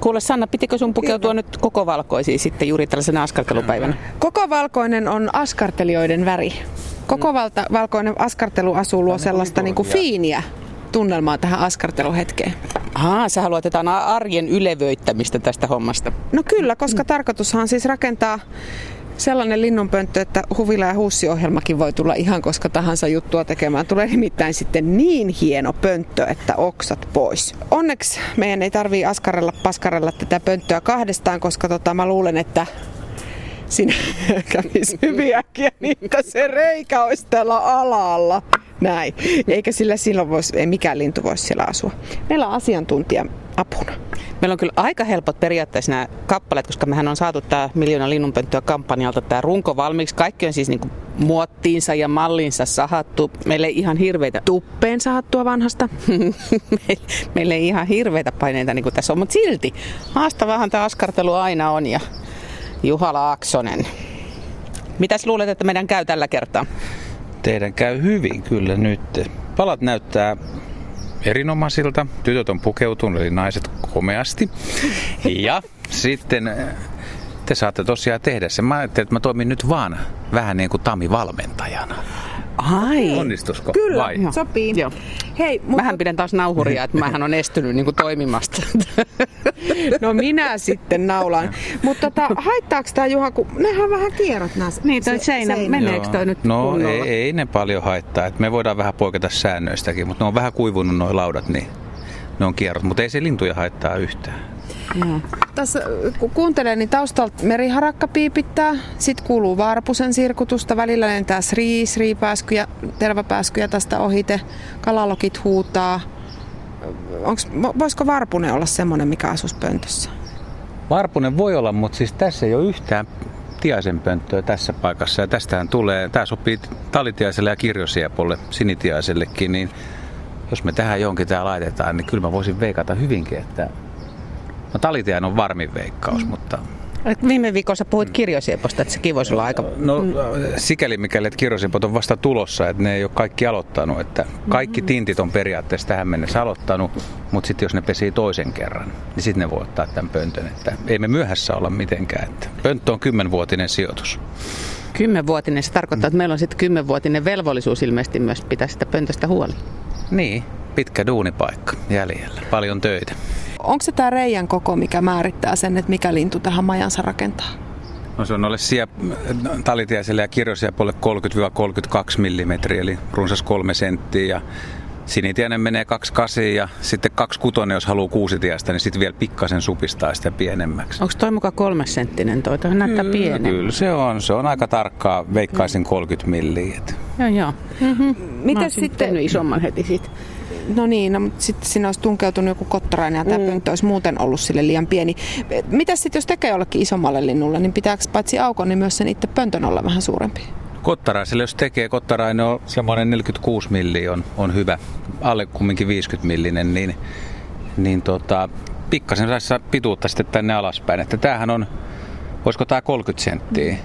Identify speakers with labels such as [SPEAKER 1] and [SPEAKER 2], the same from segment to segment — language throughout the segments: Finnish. [SPEAKER 1] Kuule Sanna, pitikö sun pukeutua Kyllä. nyt koko valkoisiin sitten juuri tällaisena askartelupäivänä?
[SPEAKER 2] Koko valkoinen on askartelijoiden väri. Koko valta, valkoinen askarteluasu luo sellaista niin kuin fiiniä tunnelmaa tähän askarteluhetkeen.
[SPEAKER 1] Aa, sä haluat jotain arjen ylevöittämistä tästä hommasta.
[SPEAKER 2] No kyllä, koska tarkoitushan on siis rakentaa sellainen linnunpönttö, että huvila- ja huussiohjelmakin voi tulla ihan koska tahansa juttua tekemään. Tulee nimittäin sitten niin hieno pönttö, että oksat pois. Onneksi meidän ei tarvii askarella paskarella tätä pönttöä kahdestaan, koska tota, mä luulen, että sinä kävisi hyviäkin, niin että se reikä olisi täällä alalla. Näin. Eikä sillä silloin voisi, ei mikään lintu voisi siellä asua. Meillä on asiantuntija apuna.
[SPEAKER 1] Meillä on kyllä aika helpot periaatteessa nämä kappaleet, koska mehän on saatu tämä miljoona linnunpönttöä kampanjalta tämä runko valmiiksi. Kaikki on siis niin kuin muottiinsa ja mallinsa sahattu. Meille ei ihan hirveitä...
[SPEAKER 2] Tuppeen sahattua vanhasta.
[SPEAKER 1] Meille ei ihan hirveitä paineita niin kuin tässä on, mutta silti haastavahan tämä askartelu aina on. Ja Juha Laaksonen, mitäs luulet, että meidän käy tällä kertaa?
[SPEAKER 3] Teidän käy hyvin kyllä nyt. Palat näyttää erinomaisilta. Tytöt on pukeutunut, eli naiset komeasti. Ja sitten eh, te saatte tosiaan tehdä sen. Mä ajattelin, että mä toimin nyt vaan vähän niin kuin Tami valmentajana.
[SPEAKER 4] Niin.
[SPEAKER 1] Ai.
[SPEAKER 3] Onnistusko?
[SPEAKER 2] Kyllä,
[SPEAKER 3] Vai?
[SPEAKER 2] Joo. sopii. Joo. Hei,
[SPEAKER 1] mutta... Mähän pidän taas nauhuria, että mähän on estynyt niin kuin toimimasta.
[SPEAKER 2] No minä sitten naulaan. Mutta tota, haittaako tämä Juha, kun nämähän on vähän kierrot nämä
[SPEAKER 4] Niin, toi se, seinä, seinä. meneekö toi nyt
[SPEAKER 3] No
[SPEAKER 4] kunnolla?
[SPEAKER 3] ei, ei ne paljon haittaa. Et me voidaan vähän poiketa säännöistäkin, mutta ne on vähän kuivunut nuo laudat, niin ne on kierrot. Mutta ei se lintuja haittaa yhtään.
[SPEAKER 2] Joo. Tässä kun kuuntelee, niin taustalta meriharakka piipittää, sitten kuuluu varpusen sirkutusta, välillä lentää srii, sriipääskyjä, terväpääskyjä tästä ohite, kalalokit huutaa. Onks, voisiko varpunen olla semmoinen, mikä asuisi pöntössä?
[SPEAKER 3] Varpunen voi olla, mutta siis tässä ei ole yhtään tiaisen pönttöä tässä paikassa. Ja tästähän tulee, tämä sopii talitiaiselle ja kirjosiepolle, sinitiaisellekin, niin jos me tähän jonkin tää laitetaan, niin kyllä mä voisin veikata hyvinkin, että No talitiainen on varmin veikkaus, mutta...
[SPEAKER 1] Viime viikolla sä puhuit kirjosieposta, että sekin voisi olla aika...
[SPEAKER 3] No sikäli mikäli, että kirjosiepot on vasta tulossa, että ne ei ole kaikki aloittanut. Että kaikki tintit on periaatteessa tähän mennessä aloittanut, mutta sitten jos ne pesii toisen kerran, niin sitten ne voi ottaa tämän pöntön. Että ei me myöhässä olla mitenkään. Että pönttö on kymmenvuotinen sijoitus.
[SPEAKER 1] Kymmenvuotinen, se tarkoittaa, että meillä on sitten kymmenvuotinen velvollisuus ilmeisesti myös pitää sitä pöntöstä huoli.
[SPEAKER 3] Niin, pitkä duunipaikka jäljellä, paljon töitä.
[SPEAKER 2] Onko se tämä reijän koko, mikä määrittää sen, että mikä lintu tähän majansa rakentaa?
[SPEAKER 3] No se on noille siep, talitiaiselle ja kirjosiepolle 30-32 mm, eli runsas kolme senttiä. Ja sinitiainen menee 28 ja sitten 26, jos haluaa kuusitiaista, niin sitten vielä pikkasen supistaa sitä pienemmäksi.
[SPEAKER 1] Onko toi mukaan kolmesenttinen toi? Toi näyttää
[SPEAKER 3] Kyllä,
[SPEAKER 1] pienen.
[SPEAKER 3] Kyllä se on, se on aika tarkkaa, veikkaisin 30 milliä.
[SPEAKER 1] Joo, joo. Mm-hmm.
[SPEAKER 2] Miten sitten...
[SPEAKER 1] isomman heti siitä.
[SPEAKER 2] No niin, no, mutta sitten sinne olisi tunkeutunut joku kottarainen ja tämä mm. pönttö olisi muuten ollut sille liian pieni. Mitä sitten, jos tekee jollekin isommalle linnulle, niin pitääkö paitsi aukon, niin myös sen itse pöntön olla vähän suurempi?
[SPEAKER 3] Kottaraiselle, jos tekee, kottarainen on semmoinen 46 milli on, on hyvä, alle kumminkin 50 millinen, niin, niin tota, pikkasen saisi pituutta sitten tänne alaspäin. Että tämähän on, olisiko tämä 30 senttiä?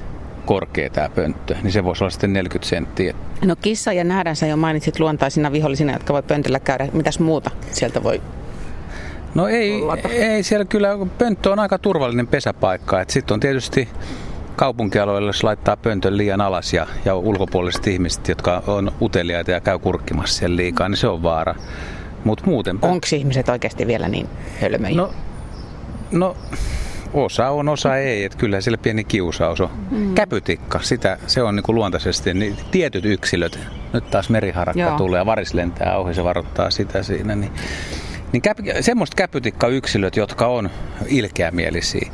[SPEAKER 3] korkea tämä pönttö, niin se voisi olla sitten 40 senttiä.
[SPEAKER 1] No kissa ja näädänsä jo mainitsit luontaisina vihollisina, jotka voi pöntöllä käydä. Mitäs muuta sieltä voi
[SPEAKER 3] No ei,
[SPEAKER 1] Lata.
[SPEAKER 3] ei siellä kyllä, pönttö on aika turvallinen pesäpaikka. Sitten on tietysti kaupunkialueella, jos laittaa pöntön liian alas ja, ja ulkopuoliset ihmiset, jotka on uteliaita ja käy kurkkimassa siellä liikaa, niin se on vaara. Mutta muuten...
[SPEAKER 1] Onko ihmiset oikeasti vielä niin hölmöjä?
[SPEAKER 3] No, no osa on, osa ei. Et kyllä sillä pieni kiusaus on. Mm. Käpytikka, sitä, se on niinku luontaisesti niin tietyt yksilöt. Nyt taas meriharakka Joo. tulee ja varis lentää ohi, se varoittaa sitä siinä. Niin, niin käp, semmoiset käpytikkayksilöt, jotka on ilkeämielisiä,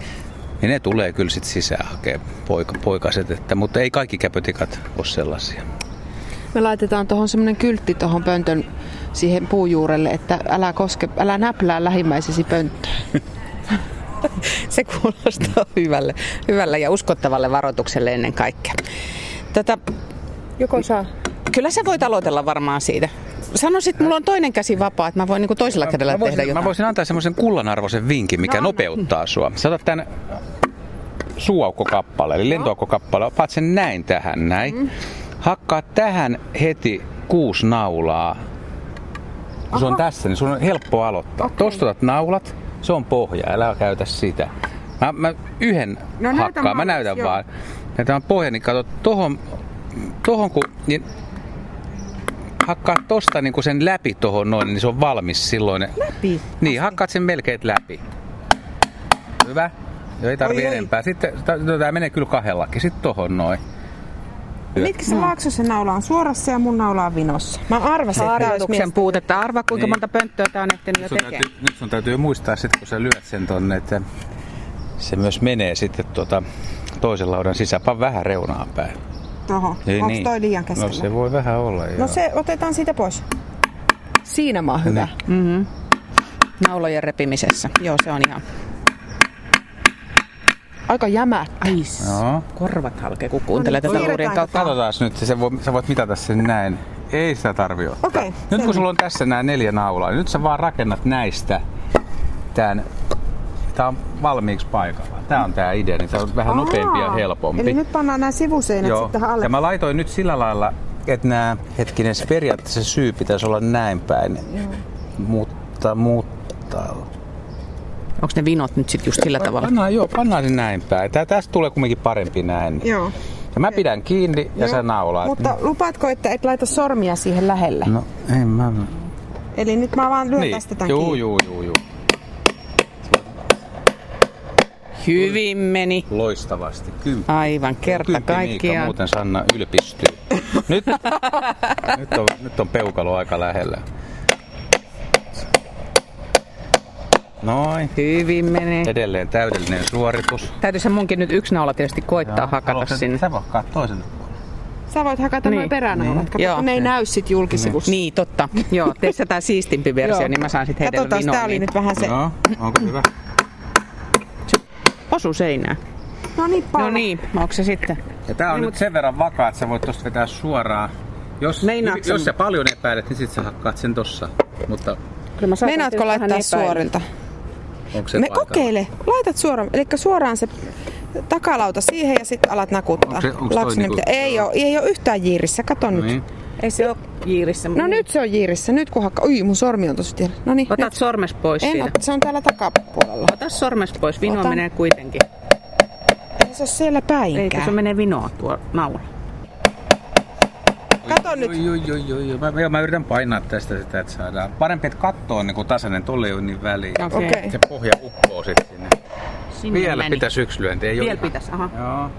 [SPEAKER 3] niin ne tulee kyllä sit sisään hakee poika, poikaset. Että, mutta ei kaikki käpytikat ole sellaisia.
[SPEAKER 2] Me laitetaan tuohon semmoinen kyltti tuohon pöntön siihen puujuurelle, että älä, koske, älä näplää lähimmäisesi pönttöön.
[SPEAKER 1] se kuulostaa hyvälle, hyvälle ja uskottavalle varoitukselle ennen kaikkea. Tätä,
[SPEAKER 2] Joko saa?
[SPEAKER 1] kyllä sä voit aloitella varmaan siitä. Sano sit, mulla on toinen käsi vapaa, että mä voin niinku toisella kädellä
[SPEAKER 3] mä voisin,
[SPEAKER 1] tehdä jotain.
[SPEAKER 3] Mä voisin antaa semmoisen kullanarvoisen vinkin, mikä no, nopeuttaa sua. Sä otat tämän suuaukkokappale, eli lentoaukkokappale, otat sen näin tähän näin. Mm. Hakkaa tähän heti kuusi naulaa. Kun se on tässä, niin sun on helppo aloittaa. Okay. Tosta otat naulat, Se on pohja, älä käytä sitä. Mä, mä yhden no, hakkaan, mä näytän joo. vaan. Ja tämä on pohja, niin kato, tohon, tohon kun niin hakkaat tosta niin kuin sen läpi tohon noin, niin se on valmis silloin.
[SPEAKER 4] Läpi?
[SPEAKER 3] Niin, hakkaat sen melkein läpi. Hyvä. Joo, ei tarvi
[SPEAKER 2] Oi, oi.
[SPEAKER 3] enempää. Sitten tämä menee kyllä kahdellakin. Sitten tohon noin.
[SPEAKER 2] Mitkä
[SPEAKER 1] Mm.
[SPEAKER 2] se Laaksosen naula on suorassa ja mun naula on vinossa? Mä arvasin, että tää olisi
[SPEAKER 1] Harjoituksen
[SPEAKER 2] mies.
[SPEAKER 1] puutetta. Arva, kuinka
[SPEAKER 3] Niin.
[SPEAKER 1] monta pönttöä tämä on ehtinyt jo
[SPEAKER 3] Nyt sun,
[SPEAKER 1] tekemään.
[SPEAKER 3] täytyy, nyt sun täytyy muistaa sitten, kun sä lyöt sen tonne, että se myös menee sitten tuota toisen laudan sisään. Pan vähän reunaan päin.
[SPEAKER 2] Oho, onko toi liian keskellä?
[SPEAKER 3] No se voi vähän olla, joo.
[SPEAKER 2] no se otetaan siitä pois.
[SPEAKER 1] Siinä mä oon hyvä.
[SPEAKER 3] Niin.
[SPEAKER 1] Mm-hmm. Naulojen repimisessä. Joo, se on ihan...
[SPEAKER 2] Aika jämä.
[SPEAKER 1] Ai,
[SPEAKER 3] Joo.
[SPEAKER 1] korvat halkee, kun kuuntelee tätä
[SPEAKER 2] No niin,
[SPEAKER 1] uuden
[SPEAKER 2] siirretäänkö
[SPEAKER 1] kautta.
[SPEAKER 3] Katsotaan nyt, sä voit, sä voit mitata sen näin. Ei sitä tarvi ottaa.
[SPEAKER 2] Okei,
[SPEAKER 3] nyt
[SPEAKER 2] selvä.
[SPEAKER 3] kun sulla on tässä nämä neljä naulaa, niin nyt sä vaan rakennat näistä tämän. Tää on valmiiksi paikalla. Tää on tää idea, niin tää on vähän nopeampi ja
[SPEAKER 2] Aa,
[SPEAKER 3] helpompi.
[SPEAKER 2] Eli nyt pannaan nämä sivuseinät
[SPEAKER 3] Joo.
[SPEAKER 2] sitten tähän alle.
[SPEAKER 3] Ja mä laitoin nyt sillä lailla, että nämä hetkinen, se periaatteessa syy pitäisi olla näin päin. Mutta, mutta...
[SPEAKER 1] Onko ne vinot nyt sitten just sillä tavalla?
[SPEAKER 3] Pannaan, joo, pannaan se näin päin. Tää, tästä tulee kumminkin parempi näin.
[SPEAKER 2] Joo.
[SPEAKER 3] Ja mä pidän kiinni ja
[SPEAKER 2] Joo.
[SPEAKER 3] sä naulaat.
[SPEAKER 2] Mutta lupaatko, että et laita sormia siihen lähelle?
[SPEAKER 3] No, en mä...
[SPEAKER 2] Eli nyt mä vaan lyön tästä tämän
[SPEAKER 3] Niin. juu,
[SPEAKER 2] kiinni.
[SPEAKER 3] juu, juu, juu.
[SPEAKER 1] Hyvin meni.
[SPEAKER 3] Loistavasti. Kymppi.
[SPEAKER 1] Aivan Ah, kerta
[SPEAKER 3] Kymppi Miika,
[SPEAKER 1] kaikkiaan.
[SPEAKER 3] muuten Sanna ylpistyy. Nyt, nyt, on, nyt on peukalo aika lähellä. Noin.
[SPEAKER 1] Hyvin menee.
[SPEAKER 3] Edelleen täydellinen suoritus.
[SPEAKER 1] Täytyy se munkin nyt yksi naula tietysti koittaa Joo. hakata sinne.
[SPEAKER 3] Sä voitkaat toiselle puolelle.
[SPEAKER 2] Sä voit hakata niin.
[SPEAKER 1] Niin.
[SPEAKER 2] noin peränaulat. Kato,
[SPEAKER 1] Joo.
[SPEAKER 2] kun ne ei näy sit julkisivussa.
[SPEAKER 1] Niin, totta. Joo, tee sä tää siistimpi versio,
[SPEAKER 2] Joo.
[SPEAKER 1] niin mä saan sitten heidän
[SPEAKER 2] Katsotaan,
[SPEAKER 1] vinoon.
[SPEAKER 2] tää oli
[SPEAKER 1] Niin.
[SPEAKER 2] nyt vähän se.
[SPEAKER 3] Joo, onko hyvä?
[SPEAKER 1] Osu seinään.
[SPEAKER 2] No niin,
[SPEAKER 1] No
[SPEAKER 2] Paula.
[SPEAKER 1] niin, onko se sitten?
[SPEAKER 3] Ja
[SPEAKER 2] Niin,
[SPEAKER 3] tää on nyt sen verran vakaa, että sä voit tosta vetää suoraan. Jos,
[SPEAKER 1] Meinaatko-
[SPEAKER 3] jos sä paljon epäilet, niin sit sä hakkaat sen tossa. Mutta
[SPEAKER 1] Kyllä mä
[SPEAKER 2] Meinaatko laittaa suorilta?
[SPEAKER 3] onko se
[SPEAKER 2] Me
[SPEAKER 3] paikalla?
[SPEAKER 2] kokeile. Laitat suoraan. Eli suoraan se takalauta siihen ja sitten alat nakuttaa.
[SPEAKER 3] Onko se- onko toi
[SPEAKER 2] Laaksonen
[SPEAKER 3] niinku-
[SPEAKER 2] pitää- Ei, ole, ei ole yhtään jiirissä. Kato
[SPEAKER 3] No
[SPEAKER 2] nyt.
[SPEAKER 3] Niin.
[SPEAKER 1] Ei se ole jiirissä.
[SPEAKER 2] No nyt se on jiirissä. Nyt kun hakkaa. Ui, mun sormi on tosi tiellä. No niin.
[SPEAKER 1] niin. Otat sormes pois
[SPEAKER 2] En,
[SPEAKER 1] siitä.
[SPEAKER 2] ota- se on täällä takapuolella.
[SPEAKER 1] Ota sormes pois, vino
[SPEAKER 2] Otan.
[SPEAKER 1] menee kuitenkin.
[SPEAKER 2] Ei se ole siellä
[SPEAKER 1] Eikö se
[SPEAKER 2] päinkään.
[SPEAKER 1] menee vinoa tuo naula?
[SPEAKER 2] Kato nyt.
[SPEAKER 3] Oi, oi, oi, oi, oi. Mä, joo, mä yritän painaa tästä sitä, että saadaan. Parempi, että katto on niin tasainen, tuolla ei ole niin väliä.
[SPEAKER 1] Okei.
[SPEAKER 2] Okei. Niin,
[SPEAKER 3] Se pohja uppoo sitten sinne.
[SPEAKER 1] Sinne
[SPEAKER 3] Vielä
[SPEAKER 1] meni.
[SPEAKER 3] pitäisi yksi lyönti, ei oo
[SPEAKER 1] Vielä
[SPEAKER 3] ihan-
[SPEAKER 1] pitäisi, aha.
[SPEAKER 3] Joo.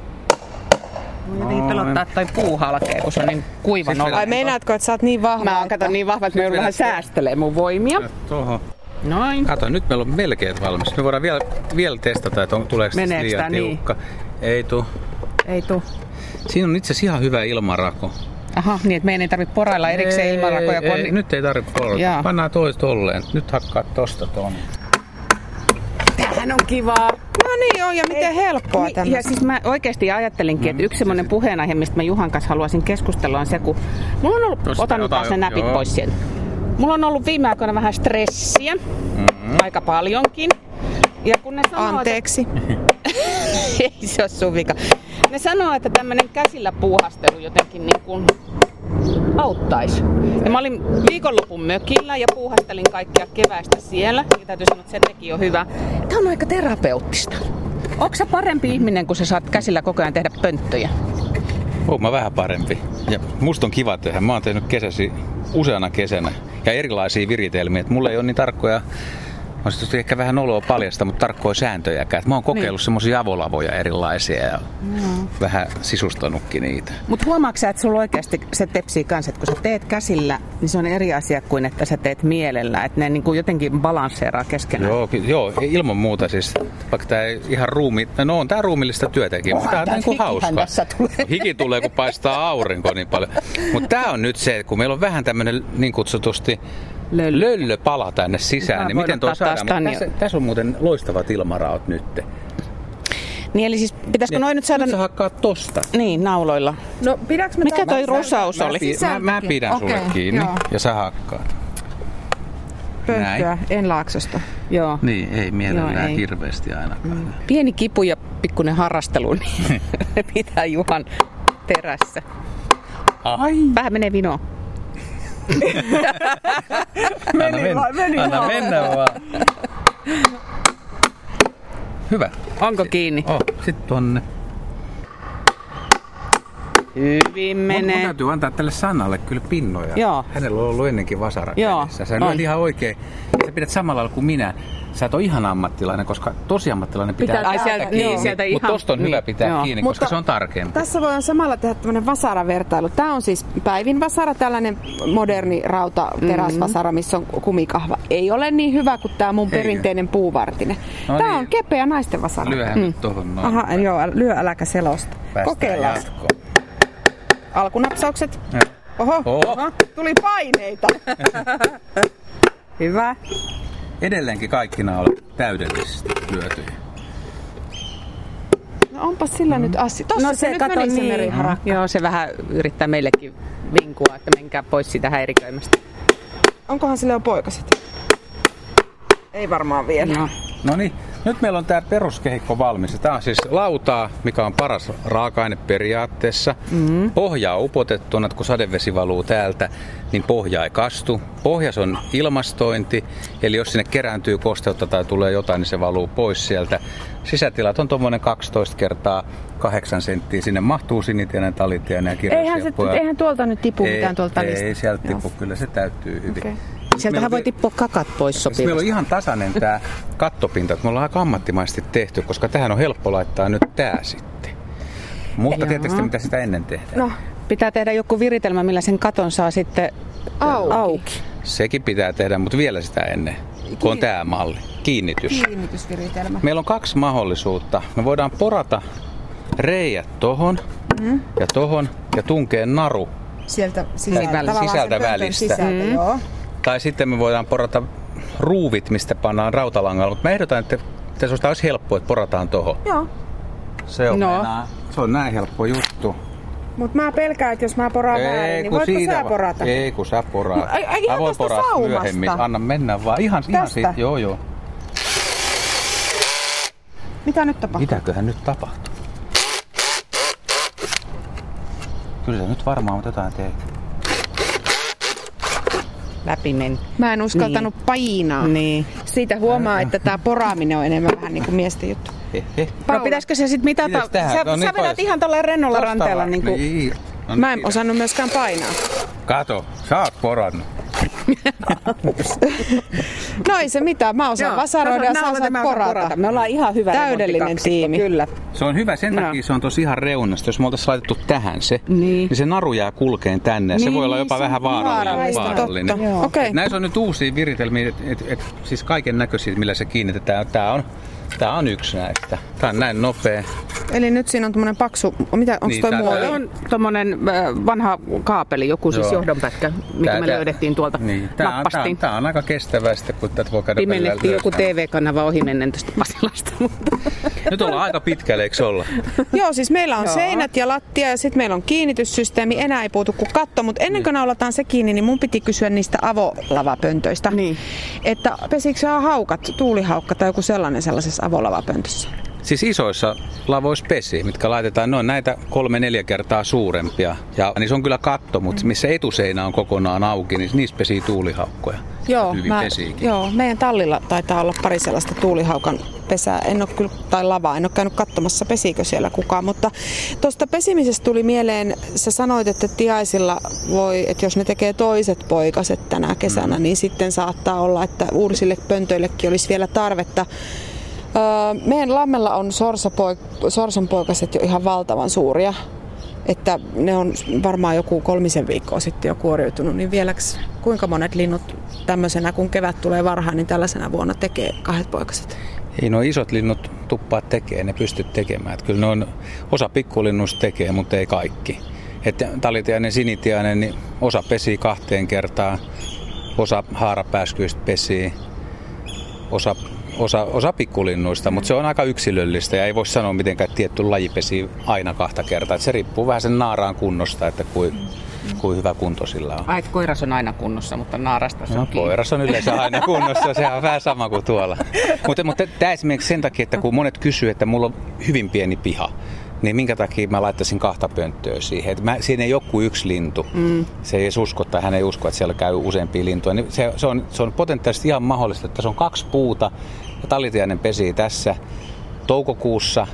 [SPEAKER 1] Mua Jotenkin pelottaa, että toi puu halkee, kun se on niin kuiva
[SPEAKER 3] Siis
[SPEAKER 1] nolla.
[SPEAKER 2] Ai meinaatko, että sä oot niin vahva?
[SPEAKER 1] Mä oon
[SPEAKER 2] että-
[SPEAKER 1] kato niin vahva, että mä joudun vähän säästelee mun voimia.
[SPEAKER 3] Tuohon.
[SPEAKER 1] Noin.
[SPEAKER 3] Kato, nyt meillä on melkein valmis. Me voidaan vielä, vielä testata, että on, tuleeko tästä
[SPEAKER 1] Meneekö
[SPEAKER 3] liian
[SPEAKER 1] tää niin?
[SPEAKER 3] tiukka. Ei tuu.
[SPEAKER 1] Ei tuu.
[SPEAKER 3] Siinä on itse asiassa ihan hyvä ilmarako.
[SPEAKER 1] Aha, niin että meidän ei tarvitse porailla erikseen
[SPEAKER 3] Ei,
[SPEAKER 1] ilmarakoja. kun on niin
[SPEAKER 3] ei,
[SPEAKER 1] ni-
[SPEAKER 3] Nyt ei tarvitse korottaa.
[SPEAKER 1] Jaa.
[SPEAKER 3] Pannaan toista tolleen. Nyt hakkaa tosta tuonne.
[SPEAKER 1] Tämähän on kivaa.
[SPEAKER 2] No niin, on ja miten helppoa
[SPEAKER 1] Niin,
[SPEAKER 2] tämä.
[SPEAKER 1] Ja siis mä oikeasti ajattelinkin, että yksi semmoinen puheenaihe, mistä mä Juhan kanssa haluaisin keskustella, on se, kun mulla on ollut,
[SPEAKER 3] Tosta,
[SPEAKER 1] otan nyt
[SPEAKER 3] ota
[SPEAKER 1] taas ne
[SPEAKER 3] jo,
[SPEAKER 1] näpit
[SPEAKER 3] joo.
[SPEAKER 1] pois sieltä. Mulla on ollut viime aikoina vähän stressiä, mm-hmm. aika paljonkin. Ja kun ne sanoo, että-
[SPEAKER 2] Anteeksi.
[SPEAKER 1] ei se ole sun vika. Ne sanoo, että tämmönen käsillä puuhastelu jotenkin niin kuin auttaisi. Ja mä olin viikonlopun mökillä ja puuhastelin kaikkia keväistä siellä. Ja täytyy sanoa, että se teki jo hyvä. Tämä on aika terapeuttista. Onko sä parempi ihminen, kun sä saat käsillä koko ajan tehdä pönttöjä?
[SPEAKER 3] Oon mä vähän parempi. Ja musta on kiva tehdä. Mä oon tehnyt kesäsi useana kesänä ja erilaisia viritelmiä. Et mulla ei ole niin tarkkoja, on se tietysti ehkä vähän oloa paljasta, mutta tarkkoja sääntöjäkään. Et mä oon kokeillut niin. semmoisia avolavoja erilaisia ja no. vähän sisustanutkin niitä.
[SPEAKER 1] Mutta huomaatko sä, että sulla oikeasti se tepsii kanssa, että kun sä teet käsillä, niin se on eri asia kuin että sä teet mielellä. Että ne niin kuin jotenkin balansseeraa keskenään.
[SPEAKER 3] Joo, ky- joo, ilman muuta siis. Vaikka tää ei ihan ruumi, no on tää ruumillista työtäkin, mutta tää on
[SPEAKER 1] tää
[SPEAKER 3] niinku
[SPEAKER 1] hikihän
[SPEAKER 3] hauskaa.
[SPEAKER 1] tässä tulee.
[SPEAKER 3] No, Hiki tulee, kun paistaa aurinko niin paljon. Mutta tää on nyt se, kun meillä on vähän tämmönen niin kutsutusti
[SPEAKER 1] Löllö.
[SPEAKER 3] löllöpala tänne sisään,
[SPEAKER 1] Mä
[SPEAKER 3] niin
[SPEAKER 1] voin
[SPEAKER 3] miten toi
[SPEAKER 1] ottaa taas
[SPEAKER 3] saadaan? Mut
[SPEAKER 1] tän
[SPEAKER 3] Tässä,
[SPEAKER 1] jo.
[SPEAKER 3] tässä on muuten loistavat ilmaraot nyt.
[SPEAKER 1] Niin eli siis pitäisikö noin nyt saada...
[SPEAKER 3] Nyt sä hakkaat tosta.
[SPEAKER 1] Niin, nauloilla.
[SPEAKER 2] No pidäks me
[SPEAKER 1] Mikä
[SPEAKER 2] tämän-
[SPEAKER 1] toi rusaus
[SPEAKER 3] Mä,
[SPEAKER 1] oli?
[SPEAKER 3] pi- mä, mä pidän okay, sulle
[SPEAKER 2] Okei,
[SPEAKER 3] kiinni
[SPEAKER 2] joo.
[SPEAKER 3] ja sä hakkaat.
[SPEAKER 2] pönttöä? En laaksosta.
[SPEAKER 1] Joo.
[SPEAKER 3] Niin, ei
[SPEAKER 1] mielellään Joo, ei. Mm.
[SPEAKER 3] hirveästi ainakaan.
[SPEAKER 1] Pieni kipu ja pikkuinen harrastelu, niin pitää Juhan terässä.
[SPEAKER 3] Ai!
[SPEAKER 1] Vähän menee vinoon.
[SPEAKER 3] Anna mennä, anna mennä vaan. Hyvä.
[SPEAKER 1] Onko kiinni?
[SPEAKER 3] Oh, sitten tonne.
[SPEAKER 1] Hyvin
[SPEAKER 3] Mun, mun
[SPEAKER 1] menee.
[SPEAKER 3] täytyy antaa tälle Sannalle kyllä pinnoja.
[SPEAKER 1] Joo.
[SPEAKER 3] Hänellä on ollut ennenkin vasara
[SPEAKER 1] Joo,
[SPEAKER 3] kädessä. Sä
[SPEAKER 1] on.
[SPEAKER 3] lyöt ihan oikein. Sä pidät samalla lailla kuin minä. Sä et ole ihan ammattilainen, koska tosi ammattilainen pitää,
[SPEAKER 1] Ai sieltä,
[SPEAKER 3] kiinni.
[SPEAKER 1] niin, sieltä
[SPEAKER 3] Mutta
[SPEAKER 1] ihan.
[SPEAKER 3] tosta on hyvä
[SPEAKER 1] niin,
[SPEAKER 3] pitää
[SPEAKER 1] joo.
[SPEAKER 3] kiinni, koska se on tarkempi.
[SPEAKER 2] Tässä voidaan samalla tehdä tämmöinen vasaravertailu. Tämä on siis päivin vasara, tällainen moderni rauta teräsvasara, missä on kumikahva. Ei ole niin hyvä kuin tämä mun
[SPEAKER 3] Eikö?
[SPEAKER 2] perinteinen puuvartinen.
[SPEAKER 3] No
[SPEAKER 2] tämä
[SPEAKER 3] niin.
[SPEAKER 2] on kepeä naisten vasara.
[SPEAKER 3] Lyöhän
[SPEAKER 1] Niin.
[SPEAKER 3] nyt tohon noin.
[SPEAKER 2] Aha, joo, äl- lyö äläkä selosta.
[SPEAKER 3] Päästään
[SPEAKER 2] Kokeillaan.
[SPEAKER 3] jatkoon.
[SPEAKER 2] Alkunapsaukset.
[SPEAKER 3] Ja.
[SPEAKER 2] Oho,
[SPEAKER 3] Oho.
[SPEAKER 2] oho, tuli paineita. Hyvä.
[SPEAKER 3] Edelleenkin kaikki nämä ovat täydellisesti lyötyjä.
[SPEAKER 2] No onpas
[SPEAKER 1] Mm.
[SPEAKER 2] sillä nyt assi. Tossa
[SPEAKER 4] No
[SPEAKER 2] se,
[SPEAKER 4] se,
[SPEAKER 2] nyt
[SPEAKER 4] kato
[SPEAKER 2] meni se
[SPEAKER 4] niin.
[SPEAKER 2] meriharakka.
[SPEAKER 1] Joo, se vähän yrittää meillekin vinkua, että menkää pois siitä häiriköimästä.
[SPEAKER 2] Onkohan sillä jo poikaset? Ei varmaan vielä.
[SPEAKER 1] No.
[SPEAKER 3] No niin, nyt meillä on tämä peruskehikko valmis. Tämä on siis lautaa, mikä on paras raaka-aine periaatteessa. Mm-hmm. Pohja on upotettuna, että kun sadevesi valuu täältä, niin pohja ei kastu. Pohjas on ilmastointi, eli jos sinne kerääntyy kosteutta tai tulee jotain, niin se valuu pois sieltä. Sisätilat on tuommoinen 12 kertaa 8 senttiä. Sinne mahtuu sinitienen, talitienen ja
[SPEAKER 2] Eihän, se,
[SPEAKER 3] kirjasieppua.
[SPEAKER 2] eihän tuolta nyt tipu mitään tuolta
[SPEAKER 3] ei,
[SPEAKER 2] listasta.
[SPEAKER 3] ei sieltä tipu,
[SPEAKER 2] Joo.
[SPEAKER 3] kyllä se täytyy hyvin.
[SPEAKER 2] Okei.
[SPEAKER 3] Nyt meillä
[SPEAKER 1] Sieltähän
[SPEAKER 3] on
[SPEAKER 1] voi
[SPEAKER 3] vi-
[SPEAKER 1] tippua kakat pois
[SPEAKER 3] Siis meillä on
[SPEAKER 1] sopivasti.
[SPEAKER 3] ihan tasainen tämä kattopinta, että me ollaan aika ammattimaisesti tehty, koska tähän on helppo laittaa nyt tää sitten. Mutta tietysti mitä sitä ennen tehdään.
[SPEAKER 2] No,
[SPEAKER 1] Pitää tehdä joku viritelmä, millä sen katon saa sitten
[SPEAKER 2] Auki.
[SPEAKER 1] auki.
[SPEAKER 3] Sekin pitää tehdä, mutta vielä sitä ennen, kun on tämä malli. Kiinnitys.
[SPEAKER 2] kiinnitysviritelmä.
[SPEAKER 3] Meillä on kaksi mahdollisuutta. Me voidaan porata reijät tohon ja tohon ja tunkea naru.
[SPEAKER 2] Sieltä
[SPEAKER 1] Niin,
[SPEAKER 2] sisältä,
[SPEAKER 1] väl-
[SPEAKER 2] tavallaan sen
[SPEAKER 3] sisältä
[SPEAKER 2] pöntön
[SPEAKER 3] välistä.
[SPEAKER 2] Sisältä, mm. joo.
[SPEAKER 3] Tai sitten me voidaan porata ruuvit, mistä pannaan rautalangalla. Mutta mä ehdotan, että tässä olisi helppoa, että porataan tohon.
[SPEAKER 2] joo.
[SPEAKER 3] Se on,
[SPEAKER 1] No.
[SPEAKER 3] meinaa- se on näin helppo juttu.
[SPEAKER 2] Mut mä pelkään, että jos mä poraan väärin, niin
[SPEAKER 3] kun
[SPEAKER 2] voitko
[SPEAKER 3] siitä
[SPEAKER 2] sä
[SPEAKER 3] va-
[SPEAKER 2] porata?
[SPEAKER 3] Ei kun sä poraat.
[SPEAKER 2] Ai- ai ihan
[SPEAKER 3] Mä voin
[SPEAKER 2] tosta
[SPEAKER 3] porata
[SPEAKER 2] saumasta.
[SPEAKER 3] myöhemmin. Anna mennä vaan. Ihan, ihan
[SPEAKER 2] Tästä?
[SPEAKER 3] siitä. Joo joo.
[SPEAKER 2] Mitä nyt tapahtuu?
[SPEAKER 3] Mitäköhän nyt tapahtuu? Kyllä se nyt varmaan jotain teet.
[SPEAKER 1] Läpi meni.
[SPEAKER 2] Mä en uskaltanut niin. painaa.
[SPEAKER 1] Niin.
[SPEAKER 2] Siitä huomaa, että tämä poraaminen on enemmän vähän niin kuin miesten juttu.
[SPEAKER 1] No pitäisikö se sitten mitata?
[SPEAKER 3] Mitäs tähän?
[SPEAKER 1] Sä,
[SPEAKER 3] No niin,
[SPEAKER 1] sä vedät
[SPEAKER 3] pois.
[SPEAKER 1] ihan tuolla rennolla ranteella. Niin kuin...
[SPEAKER 3] Niin. No
[SPEAKER 2] Mä en
[SPEAKER 3] niin.
[SPEAKER 2] osannut myöskään painaa.
[SPEAKER 3] Kato, sä oot porannut.
[SPEAKER 2] No ei se mitään, mä osaan
[SPEAKER 1] Joo,
[SPEAKER 2] vasaroida ja
[SPEAKER 1] sä
[SPEAKER 2] sä
[SPEAKER 1] osaat-
[SPEAKER 2] osaat
[SPEAKER 1] mä osaan
[SPEAKER 2] porata.
[SPEAKER 1] porata. Me ollaan ihan hyvä
[SPEAKER 2] Täydellinen
[SPEAKER 1] remonttikaksikko,
[SPEAKER 2] tiimi.
[SPEAKER 1] Kyllä.
[SPEAKER 3] Se on hyvä, sen
[SPEAKER 1] No.
[SPEAKER 3] takia se on tosi ihan reunasta. Jos me oltaisiin laitettu tähän se,
[SPEAKER 1] Niin.
[SPEAKER 3] niin se naru jää kulkeen tänne. Ja se
[SPEAKER 1] Niin,
[SPEAKER 3] voi olla jopa
[SPEAKER 1] se
[SPEAKER 3] vähän
[SPEAKER 1] on
[SPEAKER 3] vaarallinen.
[SPEAKER 1] vaarallista,
[SPEAKER 3] vaarallinen.
[SPEAKER 2] totta. Joo. Okei.
[SPEAKER 3] Et Näissä on nyt uusia viritelmiä, et, et, et, siis kaiken näköisiä, millä se kiinnitetään. Tämä on, tää on yksi näistä. Tämä on näin nopea.
[SPEAKER 2] Eli nyt siinä on tämmönen paksu, mitä, onko
[SPEAKER 3] Niin,
[SPEAKER 2] toi
[SPEAKER 3] tää-
[SPEAKER 2] muovi?
[SPEAKER 3] tää-
[SPEAKER 1] on tommonen äh, vanha kaapeli, joku siis
[SPEAKER 3] Joo.
[SPEAKER 1] johdonpätkä, mikä
[SPEAKER 3] Tää-
[SPEAKER 1] me
[SPEAKER 3] tää-
[SPEAKER 1] löydettiin tuolta.
[SPEAKER 3] Niin. Tämä on, tää,
[SPEAKER 1] Nappastiin.
[SPEAKER 3] tää on aika kestävää sitten, kun tätä voi käydä
[SPEAKER 1] Pimennettiin
[SPEAKER 3] välillä
[SPEAKER 1] joku
[SPEAKER 3] löytämään.
[SPEAKER 1] TV-kanava ohi mennen tuosta Pasilasta. Mutta...
[SPEAKER 3] Nyt ollaan aika pitkälle, eikö olla?
[SPEAKER 2] Joo, siis meillä on seinät ja lattia ja sitten meillä on kiinnityssysteemi. Enää ei puutu kuin katto, mutta ennen kuin naulataan se kiinni, niin mun piti kysyä niistä avolavapöntöistä.
[SPEAKER 1] Niin.
[SPEAKER 2] Että pesikö sä haukat, tuulihaukka tai joku sellainen sellaisessa avolavapöntössä?
[SPEAKER 3] Siis isoissa lavoissa pesi, mitkä laitetaan, ne on näitä kolme-neljä kertaa suurempia. Ja niissä on kyllä katto, mutta missä etuseinä on kokonaan auki, niin niissä pesii tuulihaukkoja. Hyvin pesiikin.
[SPEAKER 2] joo, meidän tallilla taitaa olla pari sellaista tuulihaukan pesää. En ole kyllä, tai lavaa, en ole käynyt katsomassa pesikö siellä kukaan, mutta tuosta pesimisestä tuli mieleen, sä sanoit, että tiaisilla voi, että jos ne tekee toiset poikaset tänä kesänä, mm. niin sitten saattaa olla, että uusille pöntöillekin olisi vielä tarvetta. Öö, meidän lammella on sorsapoik- sorsanpoikaset jo ihan valtavan suuria. Että ne on varmaan joku kolmisen viikkoa sitten jo kuoriutunut, niin vieläks kuinka monet linnut tämmöisenä, kun kevät tulee varhain, niin tällaisena vuonna tekee kahdet poikaset?
[SPEAKER 3] Ei nuo isot linnut tuppaa tekee, ne pystyt tekemään. Et kyllä ne on, osa pikkulinnusta tekee, mutta ei kaikki. Että talitiainen, sinitiainen, niin osa pesii kahteen kertaan, osa haarapääskyistä pesii, osa, osa, osa pikkulinnuista, mutta se on aika yksilöllistä ja ei voi sanoa mitenkään, että tietty laji pesii aina kahta kertaa. Et se riippuu vähän sen naaraan kunnosta, että kuin, kuin hyvä kunto sillä on.
[SPEAKER 1] Ai, et koiras on aina kunnossa, mutta naarasta se
[SPEAKER 3] No,
[SPEAKER 1] on kiinni.
[SPEAKER 3] koiras on yleensä aina kunnossa, sehän on vähän sama kuin tuolla. Mutta, mutta tämä esimerkiksi sen takia, että kun monet kysyy, että mulla on hyvin pieni piha, niin minkä takia mä laittaisin kahta pönttöä siihen. Et mä, siinä ei ole kuin yksi lintu. Mm. Se ei edes usko, tai hän ei usko, että siellä käy useampia lintuja. Niin se, se, on, se on potentiaalisesti ihan mahdollista, että se on kaksi puuta talitiainen pesii tässä toukokuussa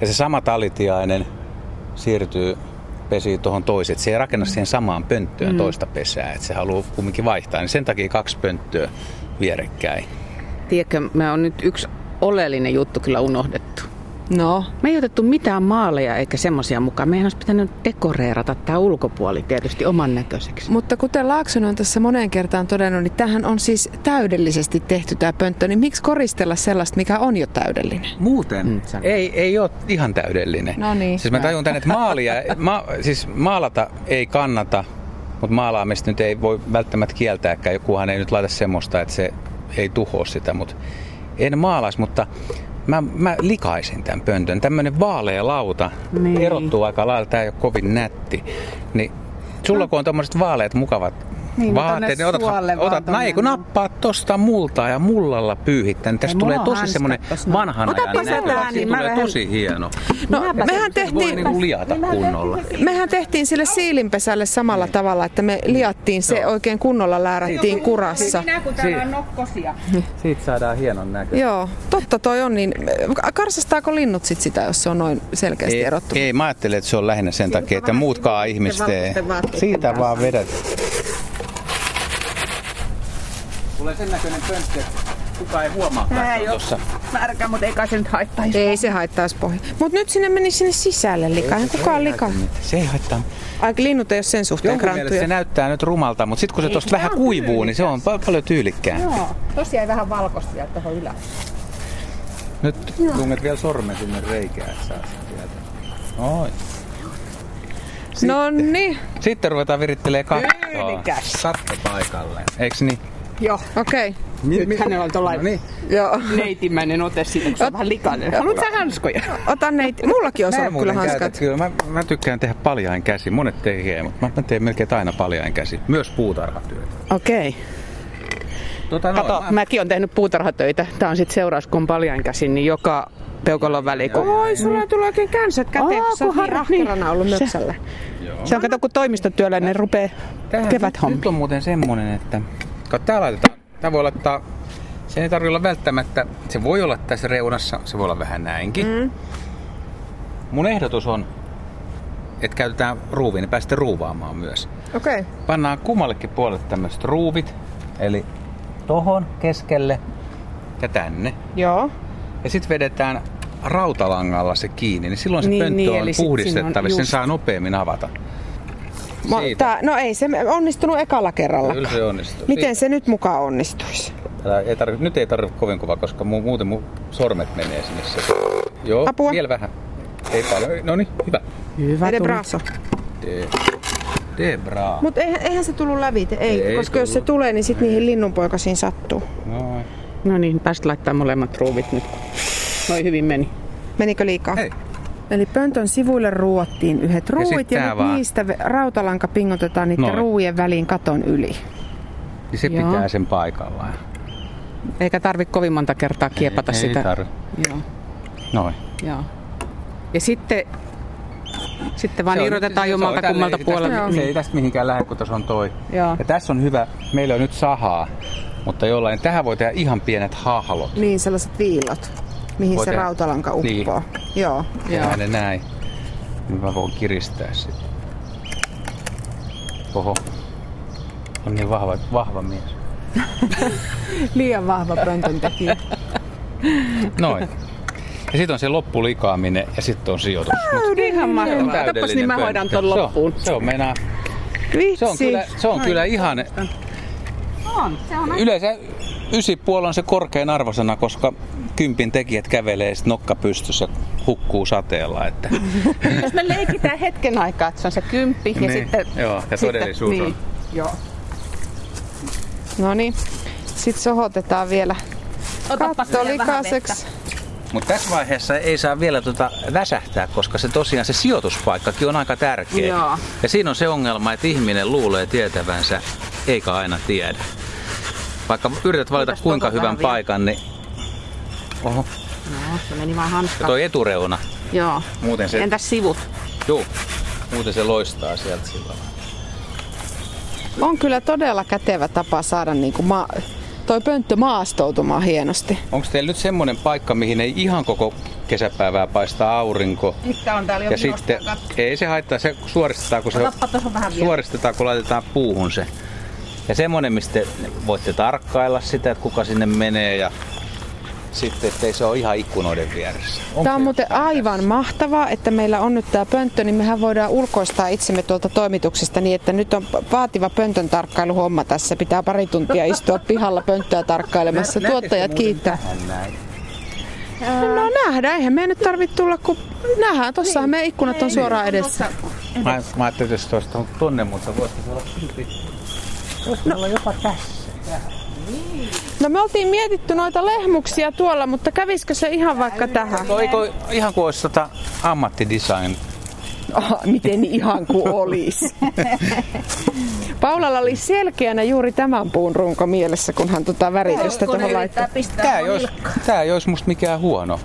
[SPEAKER 3] ja se sama talitiainen siirtyy pesii tuohon toiset. Se ei rakenna siihen samaan pönttöön mm. toista pesää, että se haluaa kumminkin vaihtaa. Niin sen takia kaksi pönttöä vierekkäin.
[SPEAKER 1] Tiedätkö, mä on nyt yksi oleellinen juttu kyllä unohdettu.
[SPEAKER 2] No.
[SPEAKER 1] Me ei otettu mitään maaleja eikä semmoisia mukaan. Meidän olisi pitänyt dekoreerata tämä ulkopuoli tietysti oman näköiseksi.
[SPEAKER 2] Mutta kuten Laakson on tässä moneen kertaan todennut, niin tähän on siis täydellisesti tehty tämä pönttö. Niin miksi koristella sellaista, mikä on jo täydellinen?
[SPEAKER 3] Muuten? Mm, ei, ei ole ihan täydellinen.
[SPEAKER 2] No niin.
[SPEAKER 3] Siis mä tajun tänne, että maalia, ma, siis maalata ei kannata, mutta maalaamista nyt ei voi välttämättä kieltääkään. Jokuhan ei nyt laita semmoista, että se ei tuhoa sitä, mutta en maalaisi, mutta mä, mä likaisin tämän pöntön. Tämmöinen vaalea lauta niin. erottuu aika lailla, tämä ei ole kovin nätti. Niin sulla kun on tuommoiset vaaleat mukavat niin, vaatteet, niin otat, otat näin, no, kun nappaat tosta multaa ja mullalla pyyhittää, niin tästä tulee tosi semmoinen vanhan ajan näkö. Niin, tulee vähän... tosi hieno.
[SPEAKER 2] No, Minäpä mehän tehtiin, voi
[SPEAKER 3] niinku liata minä kunnolla.
[SPEAKER 2] Mehän tehtiin sille siilinpesälle samalla niin. tavalla, että me liattiin se Joo. oikein kunnolla läärättiin Joo, kurassa.
[SPEAKER 1] Minä kun täällä on nokkosia.
[SPEAKER 3] Siitä saadaan hienon näkö.
[SPEAKER 2] Joo, totta toi on niin. Karsastaako linnut sit sitä, jos se on noin selkeästi
[SPEAKER 3] ei,
[SPEAKER 2] erottu?
[SPEAKER 3] Ei, mä ajattelen, että se on lähinnä sen takia, että muutkaan ihmiset ei. Siitä vaan vedät tulee sen näköinen pönttö, kuka ei huomaa Tää ei tuossa.
[SPEAKER 1] Märkä, mutta eikä se nyt haittaisi.
[SPEAKER 2] Ei se haittaisi pohja. Mut nyt sinne meni sinne sisälle likaa. Ei, kuka on lika?
[SPEAKER 3] Se ei haittaa.
[SPEAKER 2] Aika linnut ei ole sen suhteen
[SPEAKER 3] Jonkun kranttuja. se näyttää nyt rumalta, mutta sitten kun se tuosta vähän kuivuu, tyylikäs. niin se on pal- paljon tyylikkäämpi.
[SPEAKER 1] Joo, tosiaan vähän valkoisia tuohon ylä.
[SPEAKER 3] Nyt tunget vielä sormen sinne reikään, että saa sen sieltä. Noin.
[SPEAKER 2] Sitten. No niin.
[SPEAKER 3] Sitten ruvetaan virittelee kattoa.
[SPEAKER 1] Tyylikäs.
[SPEAKER 3] Katto paikalle. Eikö niin?
[SPEAKER 1] Joo.
[SPEAKER 2] Okei. Okay.
[SPEAKER 1] Nyt mi- hänellä on tuollainen no niin.
[SPEAKER 2] Joo.
[SPEAKER 1] neitimäinen ote siitä, kun se on vähän likainen. Haluatko sä hanskoja?
[SPEAKER 2] Ota neiti. Mullakin on ollut kyllä hanskat. Käytä,
[SPEAKER 3] kyllä. Mä, mä, tykkään tehdä paljain käsi. Monet tekee, mutta mä, mä teen melkein aina paljain käsi. Myös puutarhatyötä.
[SPEAKER 1] Okei. Okay. Tota, no, Kato, mä... mäkin on tehnyt puutarhatöitä. Tää on sitten seuraus, kun on paljain käsin, niin joka peukalon väliin. Kun...
[SPEAKER 2] Oi, sulla tulee oikein känsät käteen, Niin. Aa, kun sä oot niin rahkerana ollut möksällä.
[SPEAKER 1] Se, se on kato, kun toimistotyöläinen rupeaa kevät hommi.
[SPEAKER 3] Nyt on muuten semmonen, että Katsotaan, tää laitetaan. Tää voi laittaa, se ei tarvitse olla välttämättä, se voi olla tässä reunassa, se voi olla vähän näinkin. Mm. Mun ehdotus on, että käytetään ruuviin, niin pääsette ruuvaamaan myös.
[SPEAKER 2] Okei. Okay.
[SPEAKER 3] Pannaan kummallekin puolelle tämmöiset ruuvit, eli tohon keskelle ja tänne.
[SPEAKER 2] Joo.
[SPEAKER 3] Ja sitten vedetään rautalangalla se kiinni, niin silloin se niin, pönttö niin, on puhdistettavissa, sen saa nopeammin avata.
[SPEAKER 2] Mä, tää, no ei se onnistunut ekalla kerralla.
[SPEAKER 3] Kyllä se onnistui.
[SPEAKER 2] Miten Siitä. se nyt mukaan onnistuisi?
[SPEAKER 3] Älä, ei tarvi, nyt ei tarvitse kovin kovaa, koska mu, muuten mun sormet menee sinne. Se. Joo,
[SPEAKER 2] Apua.
[SPEAKER 3] vielä vähän. Ei paljon. No niin, hyvä.
[SPEAKER 2] Hyvä De brazo.
[SPEAKER 3] De, de bra.
[SPEAKER 2] Mutta eihän, eihän, se tullut läpi, ei, ei koska tullut. jos se tulee, niin sitten niihin linnunpoikasiin sattuu.
[SPEAKER 3] Noin.
[SPEAKER 1] No niin, päästä laittaa molemmat ruuvit nyt. Noin hyvin meni.
[SPEAKER 2] Menikö liikaa?
[SPEAKER 3] Ei.
[SPEAKER 2] Eli pöntön sivuille ruottiin yhdet ruuit ja, ja nyt vaan. niistä rautalanka pingotetaan niiden Noin. ruujen väliin katon yli.
[SPEAKER 3] Ja se Joo. pitää sen paikallaan.
[SPEAKER 1] Eikä tarvi kovin monta kertaa kiepata
[SPEAKER 3] ei,
[SPEAKER 1] sitä.
[SPEAKER 3] Ei tarvi.
[SPEAKER 1] Joo.
[SPEAKER 3] Noin.
[SPEAKER 1] Joo. Ja sitten, sitten vaan irrotetaan jommalta kummalta puolelta. Mm. Niin.
[SPEAKER 3] Tästä, se ei tästä mihinkään lähde, kun tuossa on toi.
[SPEAKER 1] Joo.
[SPEAKER 3] Ja tässä on hyvä, meillä on nyt sahaa, mutta jollain. Tähän voi tehdä ihan pienet hahlot.
[SPEAKER 2] Niin, sellaiset viilot mihin Voit se tehdä. rautalanka uppoaa. Niin. Joo.
[SPEAKER 3] Joo. ne näin. Nyt mä voin kiristää sitä. Oho. On niin vahva, vahva mies.
[SPEAKER 2] Liian vahva pöntön tekijä.
[SPEAKER 3] Noin. Ja sitten on se loppulikaaminen ja sitten on sijoitus.
[SPEAKER 1] Täydellinen. Ihan mahtavaa. Tapas niin mä hoidan ton loppuun.
[SPEAKER 3] Se on, se on meinaa. Se on kyllä, se on Noin. kyllä ihan...
[SPEAKER 1] On, se on.
[SPEAKER 3] Yleensä ysipuoli on se korkein arvosana, koska kympin tekijät kävelee sit nokka pystyssä hukkuu sateella. Että.
[SPEAKER 1] Jos me leikitään hetken aikaa, että se on se kymppi ja
[SPEAKER 3] niin,
[SPEAKER 1] sitten...
[SPEAKER 3] Joo, ja todellisuus
[SPEAKER 1] sitten,
[SPEAKER 3] on.
[SPEAKER 1] Niin, joo.
[SPEAKER 2] No niin, sitten sohotetaan vielä katto likaiseksi.
[SPEAKER 3] Mutta tässä vaiheessa ei saa vielä tuota väsähtää, koska se tosiaan se sijoituspaikkakin on aika tärkeä.
[SPEAKER 1] Joo.
[SPEAKER 3] Ja siinä on se ongelma, että ihminen luulee tietävänsä, eikä aina tiedä. Vaikka yrität valita Mitäs kuinka
[SPEAKER 1] tuota
[SPEAKER 3] hyvän paikan, niin
[SPEAKER 1] Oho. No, se meni vaan hanskaan.
[SPEAKER 3] Tuo etureuna.
[SPEAKER 1] Joo.
[SPEAKER 3] Muuten se...
[SPEAKER 1] Entäs sivut?
[SPEAKER 3] Joo. Muuten se loistaa sieltä sillä
[SPEAKER 2] On kyllä todella kätevä tapa saada niinku ma- toi pönttö maastoutumaan hienosti.
[SPEAKER 3] Onko teillä nyt semmoinen paikka, mihin ei ihan koko kesäpäivää paistaa aurinko?
[SPEAKER 1] Nyt on täällä jo
[SPEAKER 3] ja sitten, ei se haittaa, se suoristetaan, kun, se, suoristetaan, kun laitetaan puuhun se. Ja semmoinen, mistä voitte tarkkailla sitä, että kuka sinne menee ja sitten, ettei se ole ihan ikkunoiden vieressä.
[SPEAKER 2] Onko tämä on muuten aivan vieressä? mahtavaa, että meillä on nyt tämä pönttö, niin mehän voidaan ulkoistaa itsemme tuolta toimituksesta niin, että nyt on vaativa pöntön tarkkailuhomma tässä. Pitää pari tuntia istua pihalla pönttöä tarkkailemassa. Nä, Tuottajat kiittää. No, no nähdään, eihän me nyt tarvitse tulla, kun nähdään. Tuossahan niin, meidän ikkunat on suoraan edessä.
[SPEAKER 3] Mä, mä ajattelin, että jos tuosta on tonne, mutta voisiko olla silti... Voisiko no. olla jopa tässä?
[SPEAKER 2] Niin. No me oltiin mietitty noita lehmuksia tuolla, mutta kävisikö se ihan vaikka tähän?
[SPEAKER 3] No, eikö, ihan kuin olisi tota ammattidesign.
[SPEAKER 2] Oh, miten ihan kuin olisi. Paulalla oli selkeänä juuri tämän puun runko mielessä, kun hän tota väritystä tuohon laittaa.
[SPEAKER 3] Tää ei, olisi, tää ei olisi musta mikään huono.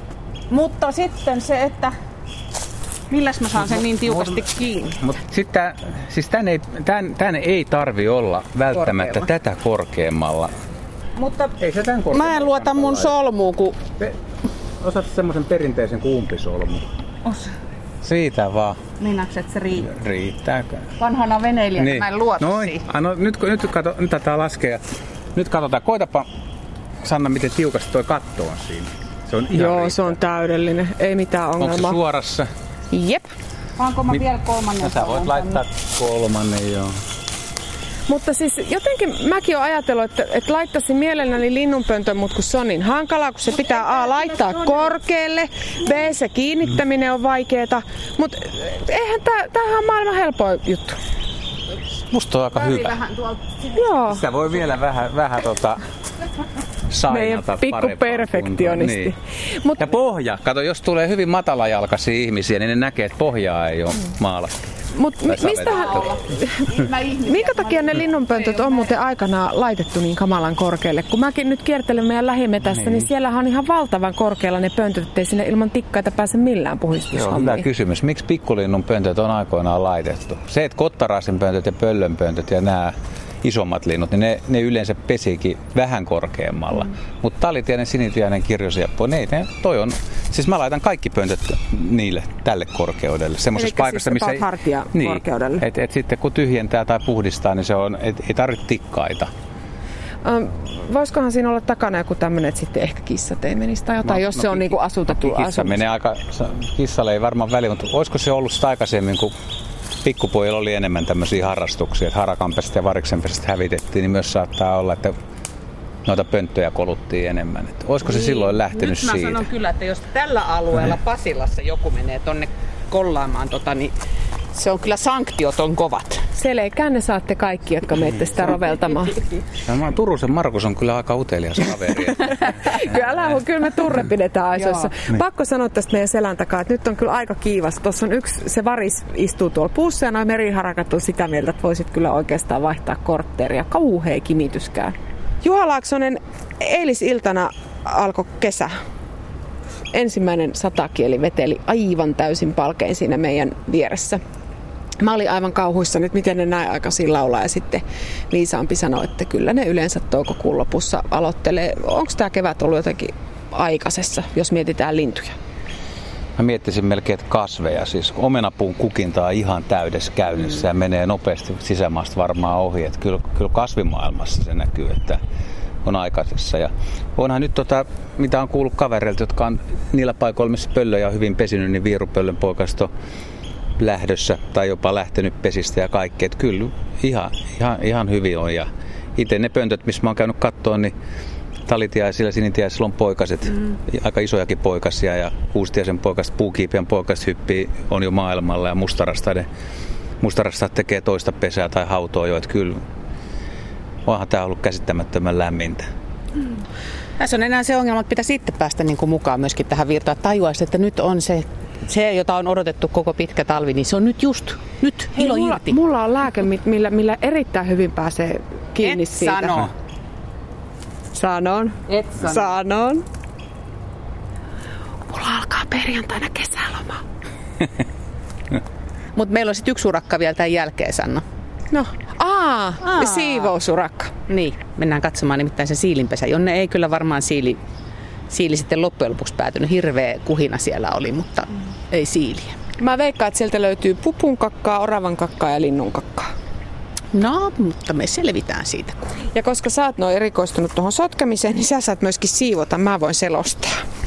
[SPEAKER 1] Mutta sitten se, että milläs mä saan sen niin tiukasti kiinni.
[SPEAKER 3] Mutta sitten siis tän ei, tän, tän ei tarvi olla välttämättä Korkealla. tätä korkeammalla.
[SPEAKER 1] Mutta ei se tämän mä en luota mun solmuun, kun... Pe-
[SPEAKER 3] osaat semmoisen perinteisen kumpisolmun?
[SPEAKER 1] Osa.
[SPEAKER 3] Siitä vaan.
[SPEAKER 1] Minakset se riittää.
[SPEAKER 3] Riittääkö?
[SPEAKER 1] Vanhana veneilijänä niin. mä en luota
[SPEAKER 3] Noin.
[SPEAKER 1] siihen.
[SPEAKER 3] Ah, no, nyt, nyt, kato, nyt tätä laskea. Nyt katsotaan. Koitapa, Sanna, miten tiukasti toi katto on siinä.
[SPEAKER 2] Se on ihan Joo, riittää. Oh, se on täydellinen. Ei mitään ongelmaa.
[SPEAKER 3] Onko se suorassa?
[SPEAKER 2] Jep.
[SPEAKER 1] Saanko mä vielä kolmannen? No,
[SPEAKER 3] sä voit laittaa kolmannen, joo.
[SPEAKER 2] Mutta siis jotenkin mäkin olen ajatellut, että, että laittaisin mielelläni linnunpöntön, mutta kun se on niin hankalaa, kun se Mut pitää A laittaa korkealle, B se kiinnittäminen on vaikeeta, mutta eihän tää, tämähän on maailman helpoin juttu.
[SPEAKER 3] Musta on aika hyvä.
[SPEAKER 1] Vähän tuolta.
[SPEAKER 2] Joo.
[SPEAKER 3] Sitä voi vielä vähän, vähän tota,
[SPEAKER 2] meidän pikku perfektionisti. Niin.
[SPEAKER 3] Mut... Ja pohja. Kato, jos tulee hyvin matalajalkaisia ihmisiä, niin ne näkee, että pohjaa ei ole maalattu.
[SPEAKER 2] Mut mi- Mm. mistähän, minkä takia ne linnunpöntöt on muuten aikanaan laitettu niin kamalan korkealle? Kun mäkin nyt kiertelen meidän lähimetässä, niin, niin siellähän on ihan valtavan korkealla ne pöntöt, ettei sinne ilman tikkaita pääse millään puhistushommiin.
[SPEAKER 3] Joo, hyvä kysymys. Miksi pikkulinnun pöntöt on aikoinaan laitettu? Se, että kottaraisen pöntöt ja pöllön pöntöt ja nämä isommat linnut, niin ne, ne yleensä pesiikin vähän korkeammalla. Mm. Mutta talitiainen, sinitiainen, kirjosieppo, ne, ne, toi on, siis mä laitan kaikki pöntöt niille tälle korkeudelle. Semmoisessa paikassa,
[SPEAKER 2] siis
[SPEAKER 3] missä ei...
[SPEAKER 2] hartia niin, korkeudelle.
[SPEAKER 3] Et, et sitten kun tyhjentää tai puhdistaa, niin se on, et, ei tarvitse tikkaita.
[SPEAKER 2] Ähm, voisikohan siinä olla takana joku tämmöinen, että sitten ehkä kissat ei menisi tai jotain, no, jos no, se on niinku asutettu
[SPEAKER 3] no, kissa asumus. menee aika, kissalle ei varmaan väliä, mutta olisiko se ollut sitä aikaisemmin, kun pikkupojilla oli enemmän tämmöisiä harrastuksia, että harakanpestä ja variksenpestä hävitettiin, niin myös saattaa olla, että noita pönttöjä koluttiin enemmän. Et olisiko niin. se silloin lähtenyt
[SPEAKER 1] Nyt mä
[SPEAKER 3] siitä? Niin.
[SPEAKER 1] sanon kyllä, että jos tällä alueella Pasilassa joku menee tonne kollaamaan, tota, niin se on kyllä sanktiot on kovat.
[SPEAKER 2] Selkään ne saatte kaikki, jotka menette sitä roveltamaan.
[SPEAKER 3] Tämä Turusen Markus on kyllä aika utelias kaveri.
[SPEAKER 2] kyllä, älä, kyllä me turre pidetään aisoissa. Pakko sanoa tästä meidän selän takaa, että nyt on kyllä aika kiivas. Tuossa on yksi, se varis istuu tuolla puussa ja noin meriharakat on sitä mieltä, että voisit kyllä oikeastaan vaihtaa kortteeria. Kauhea kimityskään. Juha Laaksonen, eilisiltana alkoi kesä ensimmäinen satakieli veteli aivan täysin palkein siinä meidän vieressä. Mä olin aivan kauhuissa nyt, miten ne näin aikaisin laulaa. Ja sitten Liisa Ampi sanoi, että kyllä ne yleensä toukokuun lopussa aloittelee. Onko tämä kevät ollut jotenkin aikaisessa, jos mietitään lintuja?
[SPEAKER 3] Mä miettisin melkein, että kasveja. Siis omenapuun kukinta on ihan täydessä käynnissä ja menee nopeasti sisämaasta varmaan ohi. Et kyllä, kyllä kasvimaailmassa se näkyy, että on aikaisessa. Ja onhan nyt tota, mitä on kuullut kavereilta, jotka on niillä paikoilla, missä pöllöjä on hyvin pesinyt, niin viirupöllön poikasto lähdössä tai jopa lähtenyt pesistä ja kaikkea. Et kyllä ihan, ihan, ihan hyvin on. Ja itse ne pöntöt, missä mä oon käynyt kattoon, niin talitiaisilla, sinitiaisilla on poikaset, mm. aika isojakin poikasia ja kuustiaisen poikaset, puukiipien poikaset hyppii, on jo maailmalla ja mustarastaiden mustarastat tekee toista pesää tai hautoa jo, että kyllä onhan tämä ollut käsittämättömän lämmintä. Mm.
[SPEAKER 4] Tässä on enää se ongelma, että pitäisi itse päästä niin kuin mukaan myöskin tähän virtaan. Tajuaisi, että nyt on se, se, jota on odotettu koko pitkä talvi, niin se on nyt just, nyt, Hei, ilo
[SPEAKER 2] mulla,
[SPEAKER 4] irti.
[SPEAKER 2] Mulla on lääke, millä, millä erittäin hyvin pääsee kiinni
[SPEAKER 1] Et
[SPEAKER 2] siitä.
[SPEAKER 1] Sano.
[SPEAKER 2] Sanon.
[SPEAKER 1] Et sano.
[SPEAKER 2] Sanon. Mulla alkaa perjantaina kesäloma.
[SPEAKER 4] Mutta meillä on sitten yksi urakka vielä tämän jälkeen, Sanna.
[SPEAKER 2] No, aa, Aa. siivousurakka.
[SPEAKER 1] Niin, mennään katsomaan nimittäin sen siilinpesä, jonne ei kyllä varmaan siili, siili sitten loppujen lopuksi päätynyt. Hirveä kuhina siellä oli, mutta ei siiliä.
[SPEAKER 2] Mä veikkaan, että sieltä löytyy pupun kakkaa, oravan kakkaa ja linnun kakkaa.
[SPEAKER 1] No, mutta me selvitään siitä.
[SPEAKER 2] Ja koska sä oot noin erikoistunut tuohon sotkemiseen, niin sä saat myöskin siivota. Mä voin selostaa.